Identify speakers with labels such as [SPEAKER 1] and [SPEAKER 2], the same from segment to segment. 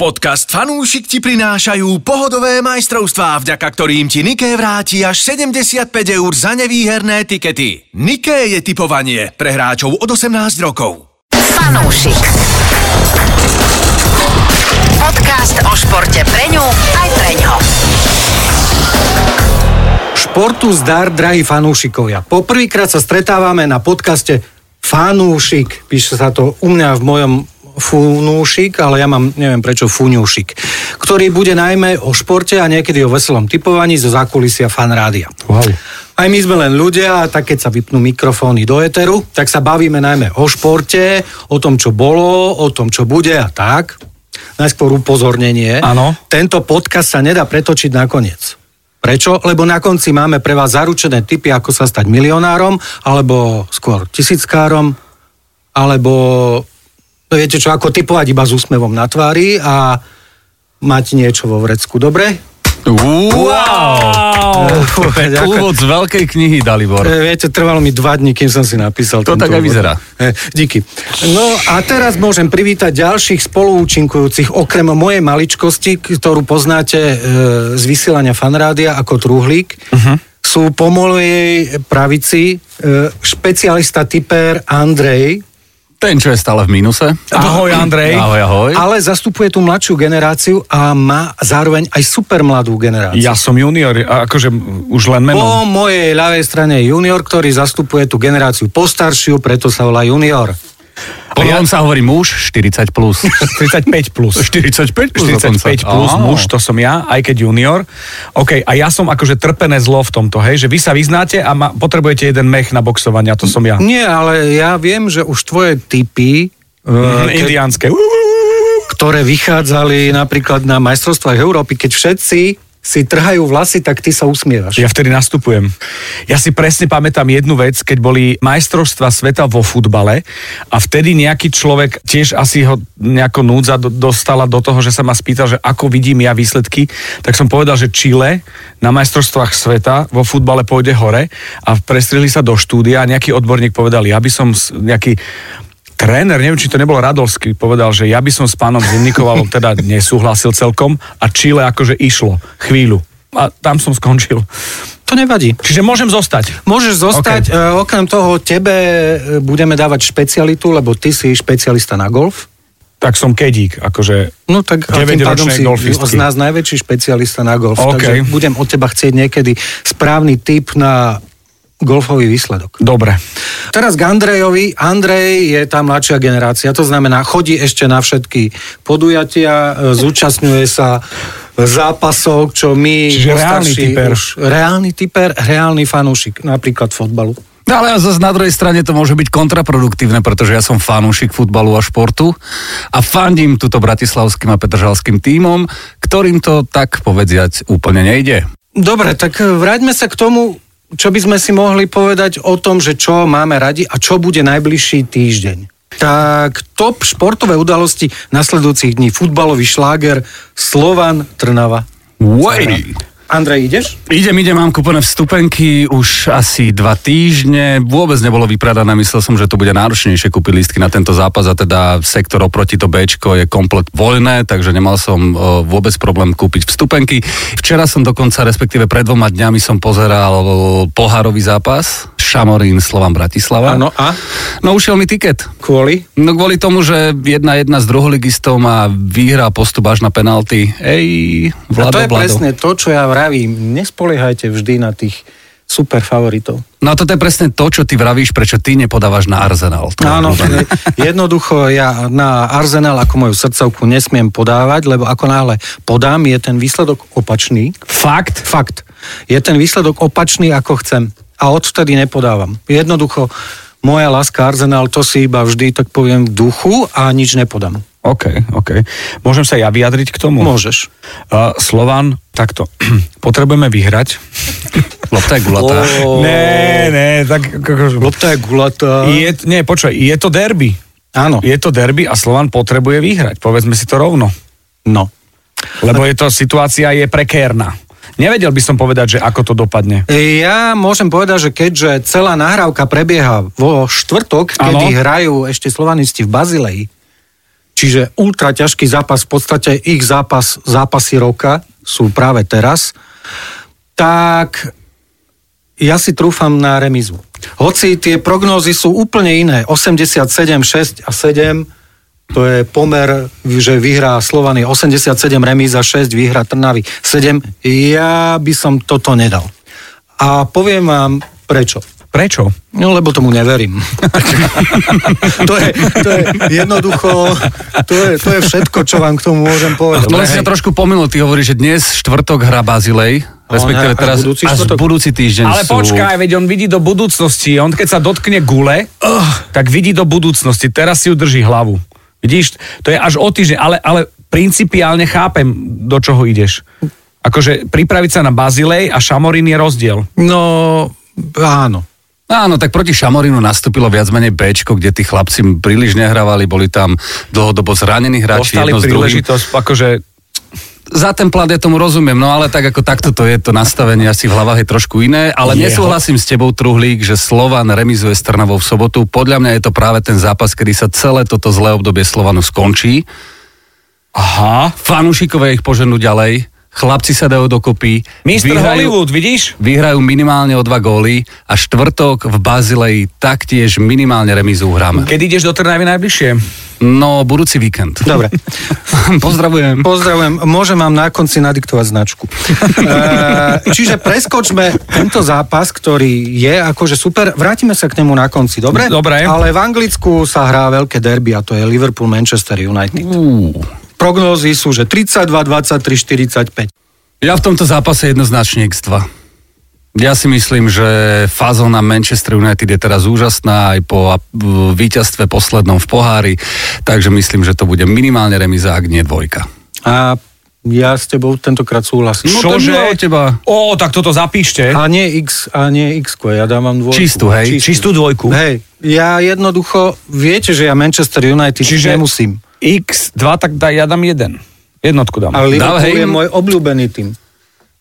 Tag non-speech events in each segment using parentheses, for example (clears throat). [SPEAKER 1] Podcast Fanúšik ti prinášajú pohodové majstrovstvá, vďaka ktorým ti Niké vráti až 75 eur za nevýherné tikety. Niké je typovanie pre hráčov od 18 rokov.
[SPEAKER 2] Fanúšik. Podcast o športe pre ňu aj pre ňo.
[SPEAKER 3] Športu zdar, drahí fanúšikovia. Poprvýkrát sa stretávame na podcaste Fanúšik. Píše sa to u mňa v mojom Funúšik, ale ja mám, neviem prečo, Funúšik, ktorý bude najmä o športe a niekedy o veselom typovaní zo zákulisia fanrádia. Wow. Aj my sme len ľudia a tak keď sa vypnú mikrofóny do eteru, tak sa bavíme najmä o športe, o tom, čo bolo, o tom, čo bude a tak. Najskôr upozornenie.
[SPEAKER 4] Áno.
[SPEAKER 3] Tento podcast sa nedá pretočiť nakoniec. Prečo? Lebo na konci máme pre vás zaručené tipy, ako sa stať milionárom, alebo skôr tisíckárom, alebo no viete čo, ako typovať iba s úsmevom na tvári a mať niečo vo vrecku. Dobre?
[SPEAKER 4] Wow!
[SPEAKER 3] (laughs) Fú, ďakujem.
[SPEAKER 4] Úvod z veľkej knihy, Dalibor.
[SPEAKER 3] E, Viete, trvalo mi dva dní, kým som si napísal.
[SPEAKER 4] To
[SPEAKER 3] tento
[SPEAKER 4] tak aj
[SPEAKER 3] úvod.
[SPEAKER 4] vyzerá.
[SPEAKER 3] E, Díky. No a teraz môžem privítať ďalších spoluúčinkujúcich, okrem mojej maličkosti, ktorú poznáte e, z vysielania fanrádia ako truhlík.
[SPEAKER 4] Mhm.
[SPEAKER 3] Uh-huh. Sú po mojej pravici e, špecialista typer Andrej.
[SPEAKER 4] Ten, čo je stále v mínuse.
[SPEAKER 3] Ahoj,
[SPEAKER 4] Andrej. Ahoj, ahoj.
[SPEAKER 3] Ale zastupuje tú mladšiu generáciu a má zároveň aj super mladú generáciu.
[SPEAKER 5] Ja som junior, a akože už len
[SPEAKER 3] Po
[SPEAKER 5] menom.
[SPEAKER 3] mojej ľavej strane je junior, ktorý zastupuje tú generáciu postaršiu, preto sa volá junior.
[SPEAKER 4] Po ja... sa hovorí muž 40+.
[SPEAKER 5] (laughs)
[SPEAKER 4] Plus.
[SPEAKER 5] 35 plus.
[SPEAKER 4] 45 plus
[SPEAKER 5] 45 plus muž, to som ja, aj keď junior. OK, a ja som akože trpené zlo v tomto, hej, že vy sa vyznáte a ma, potrebujete jeden mech na boxovanie, a to som ja.
[SPEAKER 3] Nie, ale ja viem, že už tvoje typy, e,
[SPEAKER 5] Mm, indiánske. Uú,
[SPEAKER 3] ktoré vychádzali napríklad na majstrovstvách Európy, keď všetci si trhajú vlasy, tak ty sa usmievaš.
[SPEAKER 5] Ja vtedy nastupujem. Ja si presne pamätám jednu vec, keď boli majstrovstva sveta vo futbale a vtedy nejaký človek, tiež asi ho nejako núdza do- dostala do toho, že sa ma spýtal, že ako vidím ja výsledky, tak som povedal, že Chile na majstrovstvách sveta vo futbale pôjde hore a prestrihli sa do štúdia a nejaký odborník povedal, ja by som s- nejaký tréner, neviem, či to nebol Radolský, povedal, že ja by som s pánom Zimnikovalom
[SPEAKER 4] (laughs)
[SPEAKER 5] teda nesúhlasil celkom a Chile akože išlo chvíľu. A tam som skončil.
[SPEAKER 3] To nevadí.
[SPEAKER 5] Čiže môžem zostať.
[SPEAKER 3] Môžeš zostať, okay. okrem toho tebe e, budeme dávať špecialitu, lebo ty si špecialista na golf.
[SPEAKER 5] Tak som kedík, akože...
[SPEAKER 3] No tak a tým pádom si
[SPEAKER 5] 9-ročnej
[SPEAKER 3] z
[SPEAKER 5] golfistky.
[SPEAKER 3] nás najväčší špecialista na golf.
[SPEAKER 5] OK.
[SPEAKER 3] Takže budem od teba chcieť niekedy správny tip na golfový výsledok.
[SPEAKER 5] Dobre.
[SPEAKER 3] Teraz k Andrejovi. Andrej je tá mladšia generácia, to znamená, chodí ešte na všetky podujatia, e, zúčastňuje sa zápasov, čo my...
[SPEAKER 5] Čiže reálny
[SPEAKER 3] postarší
[SPEAKER 5] typer.
[SPEAKER 3] už- Reálny typer, reálny fanúšik, napríklad fotbalu.
[SPEAKER 4] No ale zase na druhej strane to môže byť kontraproduktívne, pretože ja som fanúšik futbalu a športu a fandím tuto bratislavským a petržalským tímom, ktorým to tak povediať úplne nejde.
[SPEAKER 3] Dobre, tak e, vráťme sa k tomu, čo by sme si mohli povedať o tom, že čo máme radi a čo bude najbližší týždeň. Tak top športové udalosti nasledujúcich dní. Futbalový šláger Slovan Trnava.
[SPEAKER 4] Way!
[SPEAKER 3] Andrej, ideš?
[SPEAKER 4] Idem, idem, mám kúpené vstupenky už asi dva týždne. Vôbec nebolo vypredané, myslel som, že to bude náročnejšie kúpiť lístky na tento zápas a teda sektor oproti to Bčko je komplet voľné, takže nemal som e, vôbec problém kúpiť vstupenky. Včera som dokonca, respektíve pred dvoma dňami som pozeral e, pohárový zápas Šamorín Slovan Bratislava.
[SPEAKER 3] Áno, a?
[SPEAKER 4] No ušiel mi tiket.
[SPEAKER 3] Kvôli?
[SPEAKER 4] No kvôli tomu, že jedna jedna z druholigistou má výhra postup až na penalty.
[SPEAKER 3] a
[SPEAKER 4] Ej,
[SPEAKER 3] to
[SPEAKER 4] Vlado,
[SPEAKER 3] je
[SPEAKER 4] Vlado.
[SPEAKER 3] presne to, čo ja vravím. Nespoliehajte vždy na tých super favoritov.
[SPEAKER 4] No a toto je presne to, čo ty vravíš, prečo ty nepodávaš na Arsenal. To je
[SPEAKER 3] Áno,
[SPEAKER 4] obľúbené.
[SPEAKER 3] (laughs) jednoducho ja na Arsenal ako moju srdcovku nesmiem podávať, lebo ako náhle podám, je ten výsledok opačný.
[SPEAKER 5] Fakt?
[SPEAKER 3] Fakt. Je ten výsledok opačný, ako chcem. A odvtedy nepodávam. Jednoducho, moja láska Arsenal, to si iba vždy, tak poviem, v duchu a nič nepodám.
[SPEAKER 5] OK, OK. Môžem sa ja vyjadriť k tomu?
[SPEAKER 3] Môžeš.
[SPEAKER 5] Uh, Slovan, takto. (clears throat) Potrebujeme vyhrať.
[SPEAKER 4] Lopta je gulatá.
[SPEAKER 5] Né, né, tak... akože-
[SPEAKER 3] Lopta je gulatá.
[SPEAKER 5] Je, nie, počkaj, je to derby.
[SPEAKER 3] Áno.
[SPEAKER 5] Je to derby a Slovan potrebuje vyhrať. Povedzme si to rovno.
[SPEAKER 3] No.
[SPEAKER 5] Lebo je to, situácia je prekérna. Nevedel by som povedať, že ako to dopadne.
[SPEAKER 3] Ja môžem povedať, že keďže celá nahrávka prebieha vo štvrtok, kedy
[SPEAKER 5] Áno.
[SPEAKER 3] hrajú ešte slovanisti v Bazileji, Čiže ultra ťažký zápas, v podstate ich zápas, zápasy roka sú práve teraz. Tak ja si trúfam na remizu. Hoci tie prognózy sú úplne iné, 87, 6 a 7, to je pomer, že vyhrá Slovany 87 remíza, 6 vyhrá Trnavy 7. Ja by som toto nedal. A poviem vám prečo.
[SPEAKER 5] Prečo?
[SPEAKER 3] No, lebo tomu neverím. (laughs) to, je, to je jednoducho, to je, to je všetko, čo vám k tomu môžem povedať.
[SPEAKER 4] Len No, si
[SPEAKER 3] Hej.
[SPEAKER 4] sa trošku pomýlil, ty hovoríš, že dnes štvrtok hrá Bazilej,
[SPEAKER 3] ne, a
[SPEAKER 4] respektíve teraz
[SPEAKER 3] budúci
[SPEAKER 4] až
[SPEAKER 3] štvrtok?
[SPEAKER 4] budúci týždeň
[SPEAKER 5] Ale
[SPEAKER 4] sú...
[SPEAKER 5] počkaj, veď on vidí do budúcnosti. On keď sa dotkne gule, uh, tak vidí do budúcnosti. Teraz si udrží hlavu. Vidíš, to je až o týždeň, ale, ale principiálne chápem, do čoho ideš. Akože pripraviť sa na Bazilej a Šamorín je rozdiel.
[SPEAKER 3] No, áno.
[SPEAKER 4] Áno, tak proti Šamorinu nastúpilo viac menej Bčko, kde tí chlapci príliš nehrávali, boli tam dlhodobo zranení hráči.
[SPEAKER 5] Dostali
[SPEAKER 4] jedno s druhým.
[SPEAKER 5] príležitosť, akože
[SPEAKER 4] za ten plat ja tomu rozumiem, no ale tak ako takto to je, to nastavenie asi v hlavách je trošku iné, ale
[SPEAKER 5] Jeho.
[SPEAKER 4] Jeho. nesúhlasím s tebou, Truhlík, že Slovan remizuje s Trnavou v sobotu. Podľa mňa je to práve ten zápas, kedy sa celé toto zlé obdobie Slovanu skončí.
[SPEAKER 5] aha.
[SPEAKER 4] Fanúšikové ich poženú ďalej, chlapci sa dajú dokopy.
[SPEAKER 5] Mr.
[SPEAKER 4] vyhrajú-
[SPEAKER 5] Hollywood, vidíš?
[SPEAKER 4] Vyhrajú minimálne o dva góly a štvrtok v Bazileji taktiež minimálne remizu hráme.
[SPEAKER 5] Keď ideš do Trnavy najbližšie?
[SPEAKER 4] No, budúci víkend.
[SPEAKER 3] Dobre.
[SPEAKER 4] (laughs) Pozdravujem.
[SPEAKER 3] Pozdravujem, môžem vám na konci nadiktovať
[SPEAKER 4] (laughs)
[SPEAKER 3] značku. E, čiže preskočme tento zápas, ktorý je akože super. Vrátime sa k nemu na konci, dobre?
[SPEAKER 5] Dobre.
[SPEAKER 3] Ale v Anglicku sa hrá veľké derby a to je Liverpool-Manchester United. Prognózy sú, že 32, 23, 45.
[SPEAKER 4] Ja v tomto zápase jednoznačne X2. Ja si myslím, že fazona Manchester United je teraz úžasná aj po a, v- víťazstve poslednom v pohári, takže myslím, že to bude minimálne remiza, ak nie dvojka.
[SPEAKER 3] A ja s tebou tentokrát súhlasím.
[SPEAKER 4] No, to je milé od teba.
[SPEAKER 5] Ó, tak toto zapíšte.
[SPEAKER 3] A nie X, a nie X, ja dávam dvojku.
[SPEAKER 4] Čistú, hej?
[SPEAKER 5] Čistú dvojku.
[SPEAKER 3] Hej, ja jednoducho, viete, že ja Manchester United Čiže... nemusím.
[SPEAKER 5] X2, tak daj, ja dám jeden. Jednotku dám.
[SPEAKER 3] Ale
[SPEAKER 4] Dal,
[SPEAKER 3] Liverpool
[SPEAKER 4] hej.
[SPEAKER 3] je môj obľúbený tým.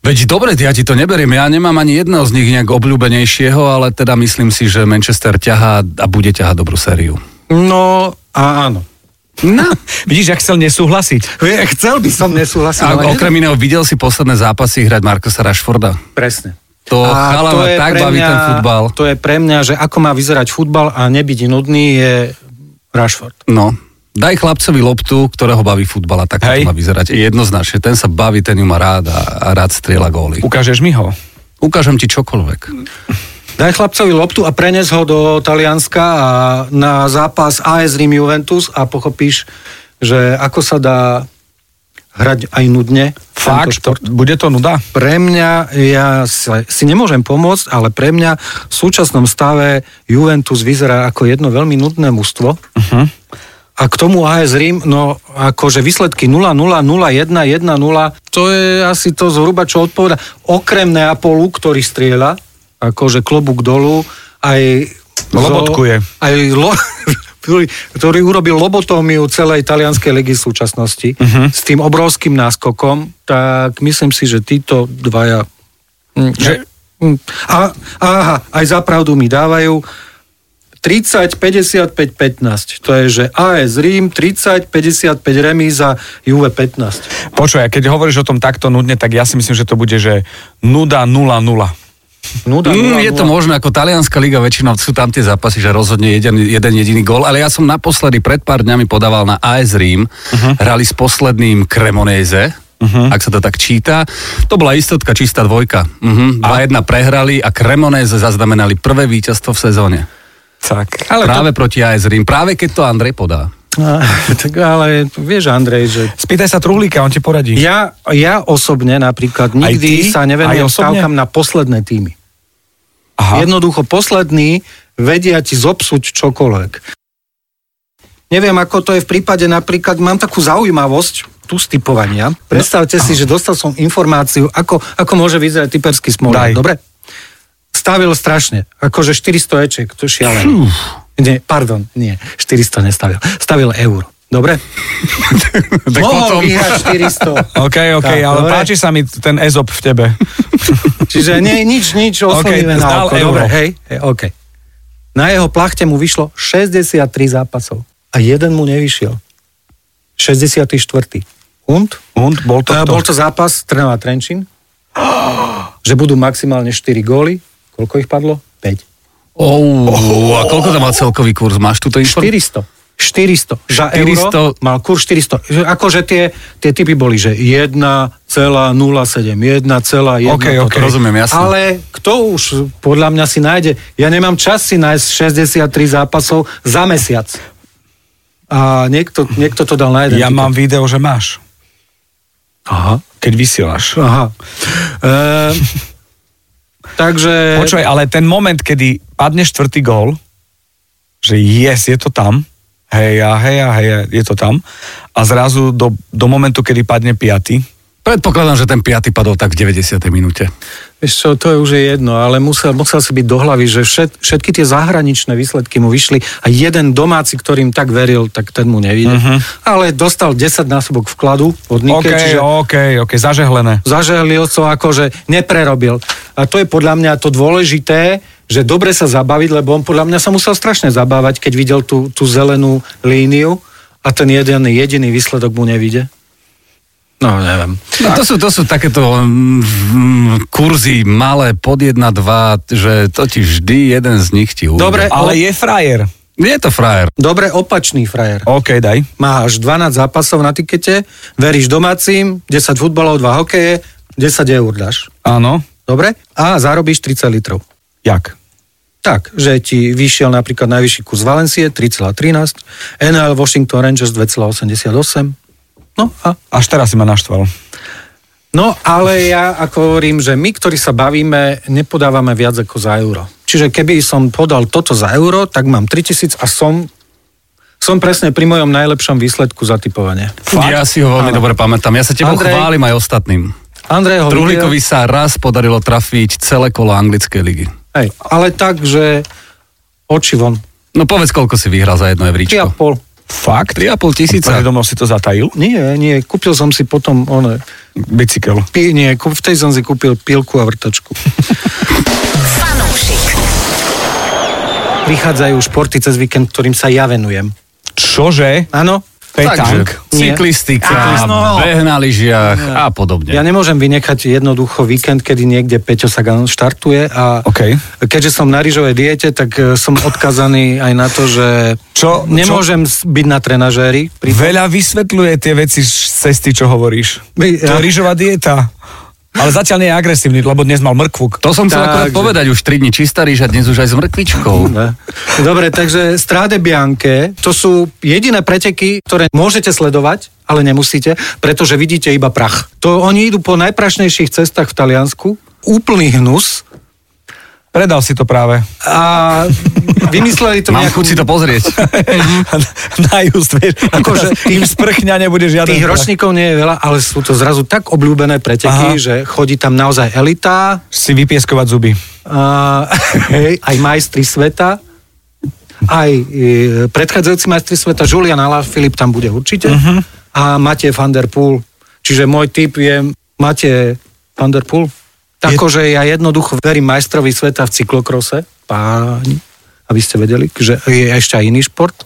[SPEAKER 4] Veď dobre, ja ti to neberiem, ja nemám ani jedného z nich nejak obľúbenejšieho, ale teda myslím si, že Manchester ťahá a bude ťahať dobrú sériu.
[SPEAKER 3] No, a áno.
[SPEAKER 5] No. Vidíš, ak chcel nesúhlasiť.
[SPEAKER 3] Ja Chcel by som nesúhlasiť.
[SPEAKER 4] A
[SPEAKER 3] ale-
[SPEAKER 4] okrem iného, videl si posledné zápasy hrať Markusa Rashforda?
[SPEAKER 3] Presne.
[SPEAKER 4] To
[SPEAKER 3] A
[SPEAKER 4] chalana
[SPEAKER 3] je
[SPEAKER 4] tak
[SPEAKER 3] pre
[SPEAKER 4] baví ten futbal.
[SPEAKER 3] To je pre mňa, že ako má vyzerať futbal a nebyť nudný je Rashford.
[SPEAKER 4] No, daj chlapcovi loptu, ktorého baví futbal a tak
[SPEAKER 5] Hej.
[SPEAKER 4] to má vyzerať. Jednoznačne, ten sa baví, ten ju má rád a, a rád strieľa góly. U-
[SPEAKER 5] Ukážeš mi ho?
[SPEAKER 4] Ukážem ti čokoľvek.
[SPEAKER 3] Daj chlapcovi loptu a prenes ho do Talianska a na zápas AS Rím Juventus a pochopíš, že ako sa dá hrať aj nudne. tento
[SPEAKER 5] Fakt,
[SPEAKER 3] šport.
[SPEAKER 5] bude to nuda?
[SPEAKER 3] Pre mňa, ja si, si nemôžem pomôcť, ale pre mňa v súčasnom stave Juventus vyzerá ako jedno veľmi nudné mužstvo. Uh-huh.
[SPEAKER 5] Mhm.
[SPEAKER 3] A k tomu AS Rím, no akože výsledky 0-0, 0-1, 1-0, to je asi to zhruba, čo odpoveda. Okrem Neapolu, ktorý strieľa, akože klobúk dolu, aj...
[SPEAKER 5] Lobotkuje.
[SPEAKER 3] Zo, aj lo, (laughs) ktorý, ktorý urobil lobotómiu celej talianskej ligy v súčasnosti
[SPEAKER 5] Mhm.
[SPEAKER 3] uh-huh. s tým obrovským náskokom, tak myslím si, že títo dvaja... Mm,
[SPEAKER 5] Že-
[SPEAKER 3] mm, A, aha, aj za pravdu mi dávajú 30, 55, 15. To je, že AS Rím 30, 55 remíza, Juve 15.
[SPEAKER 5] Počuj, a keď hovoríš o tom takto nudne, tak ja si myslím, že to bude, že nuda 0-0.
[SPEAKER 3] Nuda, nula,
[SPEAKER 4] Mm, je
[SPEAKER 3] nula.
[SPEAKER 4] to možné, ako talianská liga, väčšinou sú tam tie zápasy, že rozhodne jeden, jeden jediný gól, ale ja som naposledy pred pár dňami podával na AS Rím, uh-huh. hrali s posledným Cremonese, uh-huh. ak sa to tak číta. To bola istotka, čistá dvojka. Uh-huh. 2-1 prehrali a Cremonese zaznamenali prvé víťazstvo v sezóne.
[SPEAKER 5] Tak.
[SPEAKER 4] Ale práve to... proti AS Rím, práve keď to Andrej podá.
[SPEAKER 3] A, (laughs) tak ale vieš, Andrej, že
[SPEAKER 5] Spýtaj sa Truhlíka, on ti poradí.
[SPEAKER 3] Ja, ja osobne napríklad nikdy
[SPEAKER 5] ty?
[SPEAKER 3] sa nevenujem
[SPEAKER 5] Aj osobne?
[SPEAKER 3] stávkam na posledné týmy.
[SPEAKER 5] Aha.
[SPEAKER 3] Aha. Jednoducho poslední vedia ti zopsuť čokoľvek. Neviem, ako to je v prípade napríklad, mám takú zaujímavosť tu z typovania. Predstavte no, si, že dostal som informáciu, ako, ako môže vyzerať typerský
[SPEAKER 5] Daj.
[SPEAKER 3] smolák. Dobre? Stavil strašne. Akože 400 ečiek, to je šialené. Nie, pardon, nie, 400 nestavil. Stavil euro. Dobre?
[SPEAKER 4] Tak potom-
[SPEAKER 3] Mohol vyhrať 400.
[SPEAKER 5] OK, OK,
[SPEAKER 3] Tak,
[SPEAKER 5] ale
[SPEAKER 3] dobre.
[SPEAKER 5] páči sa mi ten ezop v tebe.
[SPEAKER 3] Čiže nie, nič, nič oslnivé okay, na
[SPEAKER 5] Ok, zdal
[SPEAKER 3] oko.
[SPEAKER 5] euro.
[SPEAKER 3] Dobre, hej, hej, OK. Na jeho plachte mu vyšlo 63 zápasov a jeden mu nevyšiel. 64. Hund.
[SPEAKER 5] Hund, bol to
[SPEAKER 3] To,
[SPEAKER 5] kto?
[SPEAKER 3] bol to zápas Trnava Trenčín, že budú maximálne 4 góly. Koľko ich padlo? 5.
[SPEAKER 4] Oh, a koľko tam mal celkový kurz? Máš túto informáciu?
[SPEAKER 3] 400. 400. Za
[SPEAKER 4] 400.
[SPEAKER 3] euro mal kurz 400. Že Akože tie, tie typy boli, že 1,07, 1,1.
[SPEAKER 5] OK,
[SPEAKER 3] toto.
[SPEAKER 5] OK,
[SPEAKER 4] rozumiem, jasné.
[SPEAKER 3] Ale kto už podľa mňa si nájde, ja nemám čas si nájsť 63 zápasov za mesiac. A niekto, niekto to dal na jeden.
[SPEAKER 5] Ja
[SPEAKER 3] tiket.
[SPEAKER 5] mám video, že máš. Aha. Keď vysielaš.
[SPEAKER 3] Aha. Ehm, takže...
[SPEAKER 5] Počkaj, ale ten moment, kedy padne štvrtý gól, že yes, je to tam, hej a hej a hej, a je to tam, a zrazu do, do momentu, kedy padne piaty,
[SPEAKER 4] Predpokladám, že ten piaty padol tak v 90. minúte.
[SPEAKER 3] Vieš čo, to je už je jedno, ale musel, musel si byť do hlavy, že všet, všetky tie zahraničné výsledky mu vyšli a jeden domáci, ktorým tak veril, tak ten mu nevidel. Uh-huh. Ale dostal 10 násobok vkladu od Nike,
[SPEAKER 5] OK,
[SPEAKER 3] okay, čiže
[SPEAKER 5] OK, OK, zažehlené.
[SPEAKER 3] zažehlil to akože neprerobil. A to je podľa mňa to dôležité, že dobre sa zabaviť, lebo on podľa mňa sa musel strašne zabávať, keď videl tú, tú zelenú líniu a ten jeden jediný výsledok mu nevide. No, neviem.
[SPEAKER 4] No, to, sú, to sú takéto mm, kurzy malé pod 1, 2, že to ti vždy jeden z nich ti ujde.
[SPEAKER 3] Dobre.
[SPEAKER 5] Ale je frajer.
[SPEAKER 4] Je to frajer.
[SPEAKER 3] Dobre, opačný frajer.
[SPEAKER 5] OK, daj.
[SPEAKER 3] má až 12 zápasov na tikete, veríš domácim, 10 futbalov, 2 hokeje, 10 eur dáš.
[SPEAKER 5] Áno.
[SPEAKER 3] Dobre? A zarobíš 30 litrov.
[SPEAKER 5] Jak?
[SPEAKER 3] Tak, že ti vyšiel napríklad najvyšší kurz Valencie 3,13, NL Washington Rangers 2,88. No a
[SPEAKER 5] Až teraz si ma naštval.
[SPEAKER 3] No, ale ja ako hovorím, že my, ktorí sa bavíme, nepodávame viac ako za euro. Čiže keby som podal toto za euro, tak mám 3000 a som, som presne pri mojom najlepšom výsledku za typovanie.
[SPEAKER 4] Fakt? Ja si ho veľmi dobre pamätám. Ja sa tebou
[SPEAKER 3] Andrej?
[SPEAKER 4] chválim aj ostatným.
[SPEAKER 3] Andrej ho
[SPEAKER 4] Truhlíkovi sa raz podarilo trafiť celé kolo anglickej ligy.
[SPEAKER 3] Hej, ale tak, že oči von.
[SPEAKER 4] No povedz, koľko si vyhral za jedno evríčko.
[SPEAKER 3] 3,5.
[SPEAKER 5] Fakt?
[SPEAKER 4] 3,5 tisíca.
[SPEAKER 5] Predomov si to zatajil?
[SPEAKER 3] Nie, nie, kúpil som si potom, one,
[SPEAKER 5] Bicykel.
[SPEAKER 3] pí, nie, kú, v tej som si kúpil pilku a vrtačku.
[SPEAKER 2] Fanúšik.
[SPEAKER 3] Prichádzajú športy cez víkend, ktorým sa ja venujem.
[SPEAKER 5] Čože?
[SPEAKER 3] Áno?
[SPEAKER 5] Petank.
[SPEAKER 4] Takže
[SPEAKER 3] Nie.
[SPEAKER 4] cyklistika,
[SPEAKER 3] Cyklist- no.
[SPEAKER 4] beh na lyžiach a podobne.
[SPEAKER 3] Ja nemôžem vynechať jednoducho víkend, kedy niekde Peťo Sagan štartuje a
[SPEAKER 5] OK.
[SPEAKER 3] keďže som na rýžovej diete, tak e, som odkazaný aj na to, že
[SPEAKER 5] Čo-
[SPEAKER 3] nemôžem čo? byť na trenažéri. Pri...
[SPEAKER 5] Veľa vysvetľuje tie veci z cesty, čo hovoríš.
[SPEAKER 3] My-
[SPEAKER 5] To je rýžová dieta. Ale zatiaľ nie je agresívny, lebo dnes mal mrkvuk.
[SPEAKER 4] To som chcel
[SPEAKER 3] Takže-
[SPEAKER 4] akorát povedať, už 3 dní čistá rýža, dnes už aj s mrkvičkou.
[SPEAKER 3] Ne. Dobre, takže Strade Bianche, to sú jediné preteky, ktoré môžete sledovať, ale nemusíte, pretože vidíte iba prach. To oni idú po najprašnejších cestách v Taliansku, úplný hnus
[SPEAKER 5] Predal si to práve.
[SPEAKER 3] a vymysleli (laughs) to
[SPEAKER 4] Mám
[SPEAKER 3] nejakú...
[SPEAKER 4] chuť si to pozrieť.
[SPEAKER 5] (laughs) Na just, vieš.
[SPEAKER 3] Mhm. Akože
[SPEAKER 5] Akože tým sprchňa nebude žiaden.
[SPEAKER 3] Tých
[SPEAKER 5] prach.
[SPEAKER 3] ročníkov nie je veľa, ale sú to zrazu tak obľúbené preteky,
[SPEAKER 5] Aha.
[SPEAKER 3] že chodí tam naozaj elita,
[SPEAKER 5] Si vypieskovať zuby.
[SPEAKER 3] a, (laughs) hej, aj majstri sveta, aj e, predchádzajúci majstri sveta, Julian Alaphilippe tam bude určite uh-huh. a Matej van der Poel. Čiže môj typ je Matej van der Poel. Takože ja jednoducho verím majstrovi sveta v cyklokrose, páni, aby ste vedeli, že je ešte aj iný šport.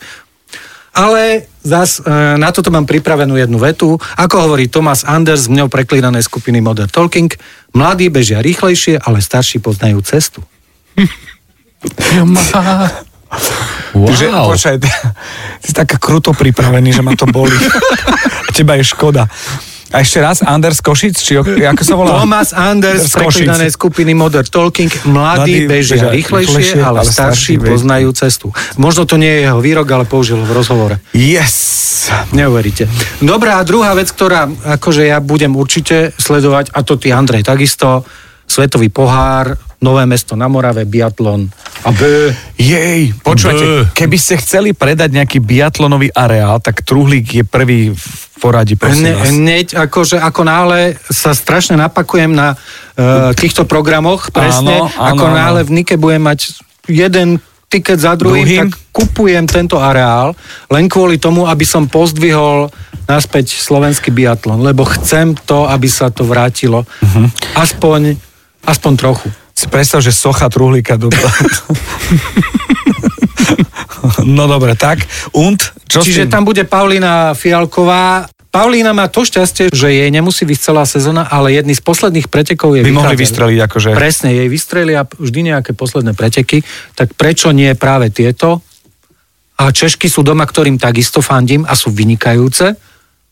[SPEAKER 3] Ale zas, e, na toto mám pripravenú jednu vetu. Ako hovorí Thomas Anders z mňou preklínanej skupiny Modern Talking, mladí bežia rýchlejšie, ale starší poznajú cestu.
[SPEAKER 5] Že,
[SPEAKER 4] Wow.
[SPEAKER 5] počkaj, ty ty si tak kruto pripravený, že ma to
[SPEAKER 3] (laughs)
[SPEAKER 5] boli. Teba je škoda. A ešte raz, Anders Košic, či ok- ako sa volá?
[SPEAKER 3] Thomas Anders z
[SPEAKER 5] Z Košic.
[SPEAKER 3] preklínanej skupiny Modern Talking, mladí
[SPEAKER 5] Mladí
[SPEAKER 3] bežia
[SPEAKER 5] bežia
[SPEAKER 3] rýchlejšie,
[SPEAKER 5] rýchlejšie,
[SPEAKER 3] ale
[SPEAKER 5] ale
[SPEAKER 3] starší
[SPEAKER 5] starší bežia.
[SPEAKER 3] poznajú cestu. Možno to nie je jeho výrok, ale použil ho v rozhovore.
[SPEAKER 5] Yes!
[SPEAKER 3] Neuveríte. Dobrá, a druhá vec, ktorá akože ja budem určite sledovať, a to ty Andrej takisto, Svetový pohár, Nové mesto na Morave, biatlon. A B.
[SPEAKER 5] Jej,
[SPEAKER 4] Bö.
[SPEAKER 5] počúvajte, keby ste chceli predať nejaký biatlonový areál, tak Truhlík je prvý v poradí,
[SPEAKER 3] Hne,
[SPEAKER 5] prosím vás.
[SPEAKER 3] hneď, akože ako náhle sa strašne napakujem na uh, týchto programoch, presne, áno,
[SPEAKER 5] Áno, áno,
[SPEAKER 3] ako
[SPEAKER 5] áno.
[SPEAKER 3] náhle v Nike budem mať jeden tiket za druhým,
[SPEAKER 5] Druhým?
[SPEAKER 3] tak kupujem tento areál len kvôli tomu, aby som pozdvihol naspäť slovenský biatlon, lebo chcem to, aby sa to vrátilo. Uh-huh.
[SPEAKER 5] Mhm.
[SPEAKER 3] Aspoň, aspoň trochu.
[SPEAKER 5] Si predstav, že socha Truhlíka do... No dobre, tak. Und? Čo
[SPEAKER 3] Čiže
[SPEAKER 5] s tým?
[SPEAKER 3] tam bude Paulina Fialková. Paulína má to šťastie, že jej nemusí byť celá sezóna, ale jedný z posledných pretekov je
[SPEAKER 5] by mohli
[SPEAKER 3] vychádzaný.
[SPEAKER 5] vystreliť akože...
[SPEAKER 3] Presne, jej vystrelia vždy nejaké posledné preteky, tak prečo nie práve tieto? A Češky sú doma, ktorým takisto fandím a sú vynikajúce.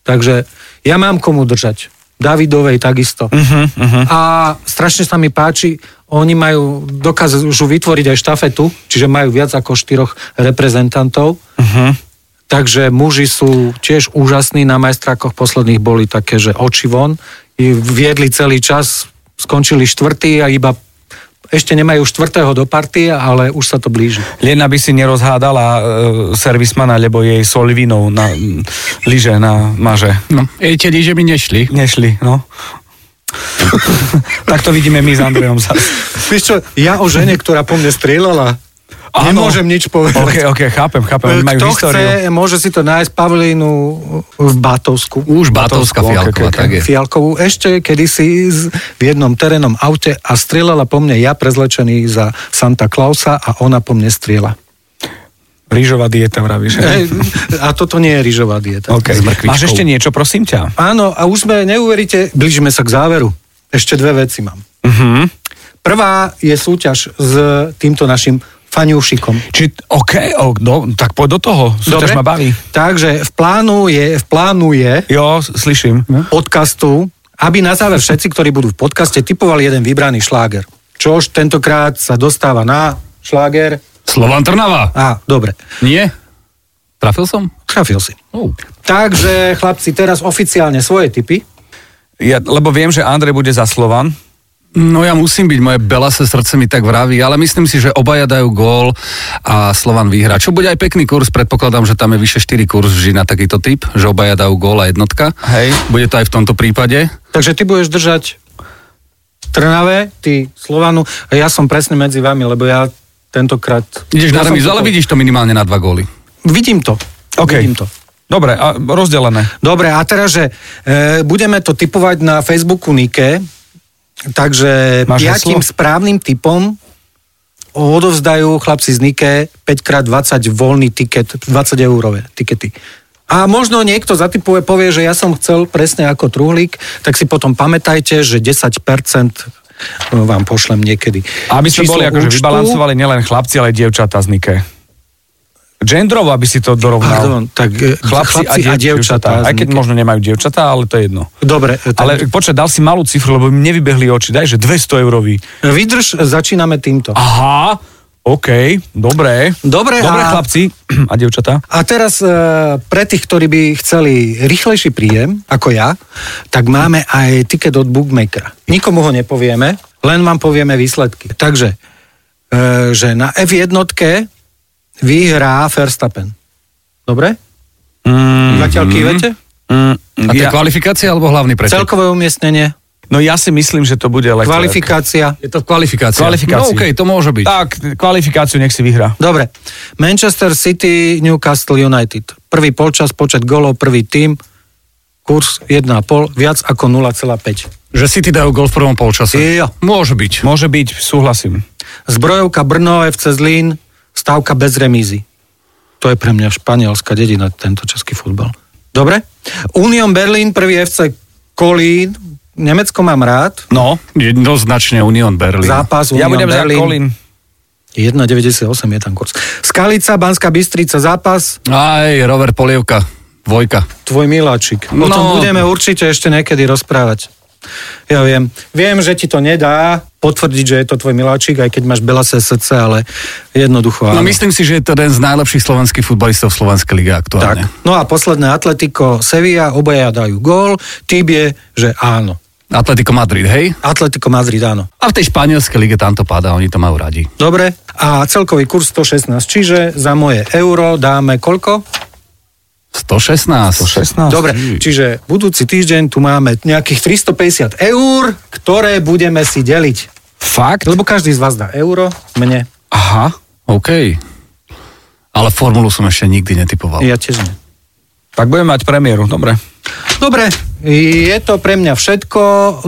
[SPEAKER 3] Takže ja mám komu držať. Davidovej takisto. Uh-huh, uh-huh. A strašne sa mi páči, oni majú, dokážu vytvoriť aj štafetu, čiže majú viac ako štyroch reprezentantov.
[SPEAKER 5] Mhm.
[SPEAKER 3] Uh-huh. Takže muži sú tiež úžasní, na majstrákoch posledných boli také, že oči von, I viedli celý čas, skončili štvrtý a iba ešte nemajú štvrtého do partie, ale už sa to blíži.
[SPEAKER 5] Len aby si nerozhádala e, servismana, lebo jej solvinou na m, lyže, na maže.
[SPEAKER 4] No, tie lyže mi nešli.
[SPEAKER 5] Nešli, no. (laughs) tak to vidíme my s Andrejom sa.
[SPEAKER 3] Vieš čo, ja o žene, ktorá po mne strieľala, nemôžem nič
[SPEAKER 5] OK,
[SPEAKER 3] povedať.
[SPEAKER 5] OK, chápem, chápem, oni majú
[SPEAKER 3] Kto
[SPEAKER 5] históriu.
[SPEAKER 3] chce, môže si to nájsť Pavlínu v Batovsku.
[SPEAKER 4] Už Batovská
[SPEAKER 5] Batovská, ok,
[SPEAKER 4] Fialková,
[SPEAKER 5] ok,
[SPEAKER 4] tak je.
[SPEAKER 3] Fialkovú ešte kedysi z- v jednom terénnom aute a strieľala po mne ja prezlečený za Santa Clausa a ona po mne strieľa.
[SPEAKER 5] Rýžová dieta, vravíš.
[SPEAKER 3] E, a toto nie je rýžová dieta.
[SPEAKER 5] OK.
[SPEAKER 4] S mrkvičkou.
[SPEAKER 5] Máš ešte niečo, prosím ťa?
[SPEAKER 3] Áno, a už sme, neuveríte, blížime sa k záveru. Ešte dve veci mám. Uh-huh. Prvá je súťaž s týmto našim fanúšikom.
[SPEAKER 5] Či, OK, o, no, tak poď do toho, súťaž ma baví.
[SPEAKER 3] Takže v plánu je, v plánu je
[SPEAKER 5] Jo, s- slyším.
[SPEAKER 3] No. podcastu, aby na záver všetci, ktorí budú v podcaste, typovali jeden vybraný šláger. Čož tentokrát sa dostáva na šláger.
[SPEAKER 4] Slovan Trnava.
[SPEAKER 3] A, dobre,
[SPEAKER 4] Nie? Trafil som?
[SPEAKER 3] trafil si.
[SPEAKER 4] Oh.
[SPEAKER 3] Takže, chlapci, teraz oficiálne svoje typy.
[SPEAKER 5] Ja, lebo viem, že Andrej bude za Slovan.
[SPEAKER 4] No ja musím byť, moje belase srdce mi tak vraví, ale myslím si, že obaja dajú gól a Slovan vyhrá. Čo bude aj pekný kurz, predpokladám, že tam je vyše 4 kurz vždy na takýto typ, že obaja dajú gól a jednotka.
[SPEAKER 5] Hej.
[SPEAKER 4] Bude to aj v tomto prípade.
[SPEAKER 3] Takže ty budeš držať Trnave, ty Slovanu a ja som presne medzi vami, lebo ja tentokrát...
[SPEAKER 4] Ideš
[SPEAKER 3] Ja
[SPEAKER 4] na
[SPEAKER 3] som
[SPEAKER 4] remizu,
[SPEAKER 3] typol-
[SPEAKER 4] ale vidíš to minimálne na dva góly.
[SPEAKER 3] Vidím to.
[SPEAKER 5] OK.
[SPEAKER 3] Vidím to.
[SPEAKER 5] Dobre, a rozdelené.
[SPEAKER 3] Dobre, a teraz, že e, budeme to typovať na Facebooku Nike, takže
[SPEAKER 5] Máš
[SPEAKER 3] piatým
[SPEAKER 5] heslo?
[SPEAKER 3] správnym typom odovzdajú chlapci z Nike 5x20 voľný tiket, 20 eurové tikety. A možno niekto zatypuje, povie, že ja som chcel presne ako truhlík, tak si potom pamätajte, že 10% vám pošlem niekedy.
[SPEAKER 5] Aby sme
[SPEAKER 3] Číslo
[SPEAKER 5] boli akože
[SPEAKER 3] účtu.
[SPEAKER 5] vybalancovali nielen chlapci, ale aj dievčatá z Nike. Gendrovo, aby si to dorovnal.
[SPEAKER 3] Pardon, tak e, chlapci, chlapci a dievčatá. z
[SPEAKER 5] Aj keď
[SPEAKER 3] Nike.
[SPEAKER 5] možno nemajú dievčatá, ale to je jedno.
[SPEAKER 3] Dobre, e, tak-
[SPEAKER 5] Ale počkaj, dal si malú cifru, lebo mi nevybehli oči. Daj, že 200 eurový.
[SPEAKER 3] Vydrž, začíname týmto.
[SPEAKER 5] Aha, OK, dobre.
[SPEAKER 3] Dobre,
[SPEAKER 5] dobre
[SPEAKER 3] a-
[SPEAKER 5] chlapci (clears throat) a dievčatá.
[SPEAKER 3] A teraz e, pre tých, ktorí by chceli rýchlejší príjem, ako ja, tak máme aj ticket od bookmakera. Nikomu ho nepovieme, len vám povieme výsledky. Takže, e, že na F1 vyhrá Verstappen. Dobre? Mm-hmm. Zatiaľ kývete?
[SPEAKER 5] Mm,
[SPEAKER 4] A to je kvalifikácia alebo hlavný pretek?
[SPEAKER 3] Celkové umiestnenie,
[SPEAKER 5] no ja si myslím, že to bude Leclerc.
[SPEAKER 3] kvalifikácia.
[SPEAKER 4] Je to kvalifikácia.
[SPEAKER 5] Kvalifikácia.
[SPEAKER 4] No okej, to môže byť.
[SPEAKER 5] Tak, kvalifikáciu nech si vyhrá.
[SPEAKER 3] Dobre. Manchester City, Newcastle United. Prvý polčas, počet golov, prvý tým, kurz 1,5, viac ako 0,5.
[SPEAKER 4] Že City dajú gól v prvom polčase.
[SPEAKER 3] Jo.
[SPEAKER 4] Môže byť.
[SPEAKER 5] Môže byť, súhlasím.
[SPEAKER 3] Zbrojovka Brno, FC Zlín, stávka bez remízy. To je pre mňa španielská dedina, tento český futbal. Dobre? Union Berlin, prvý FC Kolín. Nemecko mám rád.
[SPEAKER 5] No,
[SPEAKER 4] Jednoznačne Union Berlin.
[SPEAKER 3] Zápas Union
[SPEAKER 5] ja budem za
[SPEAKER 3] Berlin.
[SPEAKER 5] Kolín.
[SPEAKER 3] 1,98 je tam kurz. Skalica, Banská Bystrica, zápas.
[SPEAKER 4] Aj, Robert Polievka. Dvojka.
[SPEAKER 3] Tvoj miláčik. O
[SPEAKER 4] No.
[SPEAKER 3] tom budeme určite ešte niekedy rozprávať. Ja viem. Viem, že ti to nedá potvrdiť, že je to tvoj miláčik, aj keď máš belasé srdce, ale jednoducho
[SPEAKER 4] No
[SPEAKER 3] áno.
[SPEAKER 4] myslím si, že je to jeden z najlepších slovenských futbalistov v Slovenskej lige
[SPEAKER 3] Tak.
[SPEAKER 4] aktuálne.
[SPEAKER 3] No a posledné Atletico Sevilla, obaja dajú gól, typ je, že áno.
[SPEAKER 4] Atletico Madrid, hej?
[SPEAKER 3] Atletico Madrid, áno.
[SPEAKER 4] A v tej španielskej lige tam to padá, oni to majú radi.
[SPEAKER 3] Dobre, a celkový kurz 116, čiže za moje euro dáme koľko?
[SPEAKER 4] 116.
[SPEAKER 5] 16.
[SPEAKER 3] Dobre, čiže budúci týždeň tu máme nejakých 350 eur, ktoré budeme si deliť.
[SPEAKER 5] Fakt?
[SPEAKER 3] Lebo každý z vás dá euro, mne,
[SPEAKER 5] Aha.
[SPEAKER 4] OK. Ale formulu som ešte nikdy netypoval.
[SPEAKER 3] ja tiež nie.
[SPEAKER 5] Tak budeme mať premiéru, dobre.
[SPEAKER 3] Dobre, je to pre mňa všetko.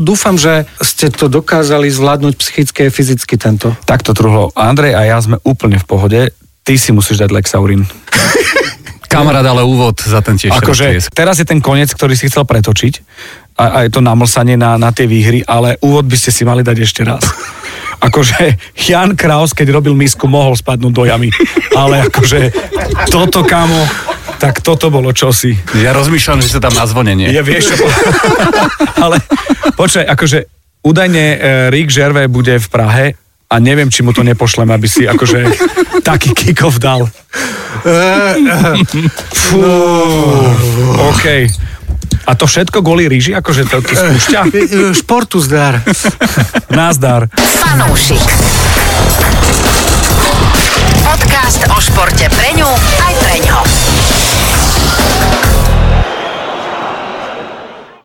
[SPEAKER 3] Dúfam, že ste to dokázali zvládnuť psychicky a fyzicky tento
[SPEAKER 5] Takto truhlo. Andrej a ja sme úplne v pohode. Ty si musíš dať Lexaurin.
[SPEAKER 4] Kamarát, ale úvod za ten tiež.
[SPEAKER 5] Akože
[SPEAKER 4] rozdries.
[SPEAKER 5] teraz je ten koniec, ktorý si chcel pretočiť a, a je to namlsanie na, na tie výhry, ale úvod by ste si mali dať ešte raz. Akože Jan Kraus, keď robil misku, mohol spadnúť do jamy. Ale akože toto, kamo, tak toto bolo čosi.
[SPEAKER 4] Ja rozmýšľam, že sa tam na zvonenie.
[SPEAKER 5] Ja vieš, čo... (laughs) ale počkaj, akože údajne e, Rick Gervais bude v Prahe a neviem, či mu to nepošlem, aby si akože taký kick-off dal. e. Fú, OK. A to všetko kvôli ríži, akože to, to spúšťa? (laughs)
[SPEAKER 3] E, e, Športu zdar.
[SPEAKER 5] Nazdar.
[SPEAKER 2] Fanúšik. Podcast o športe pre ňu aj pre ňo.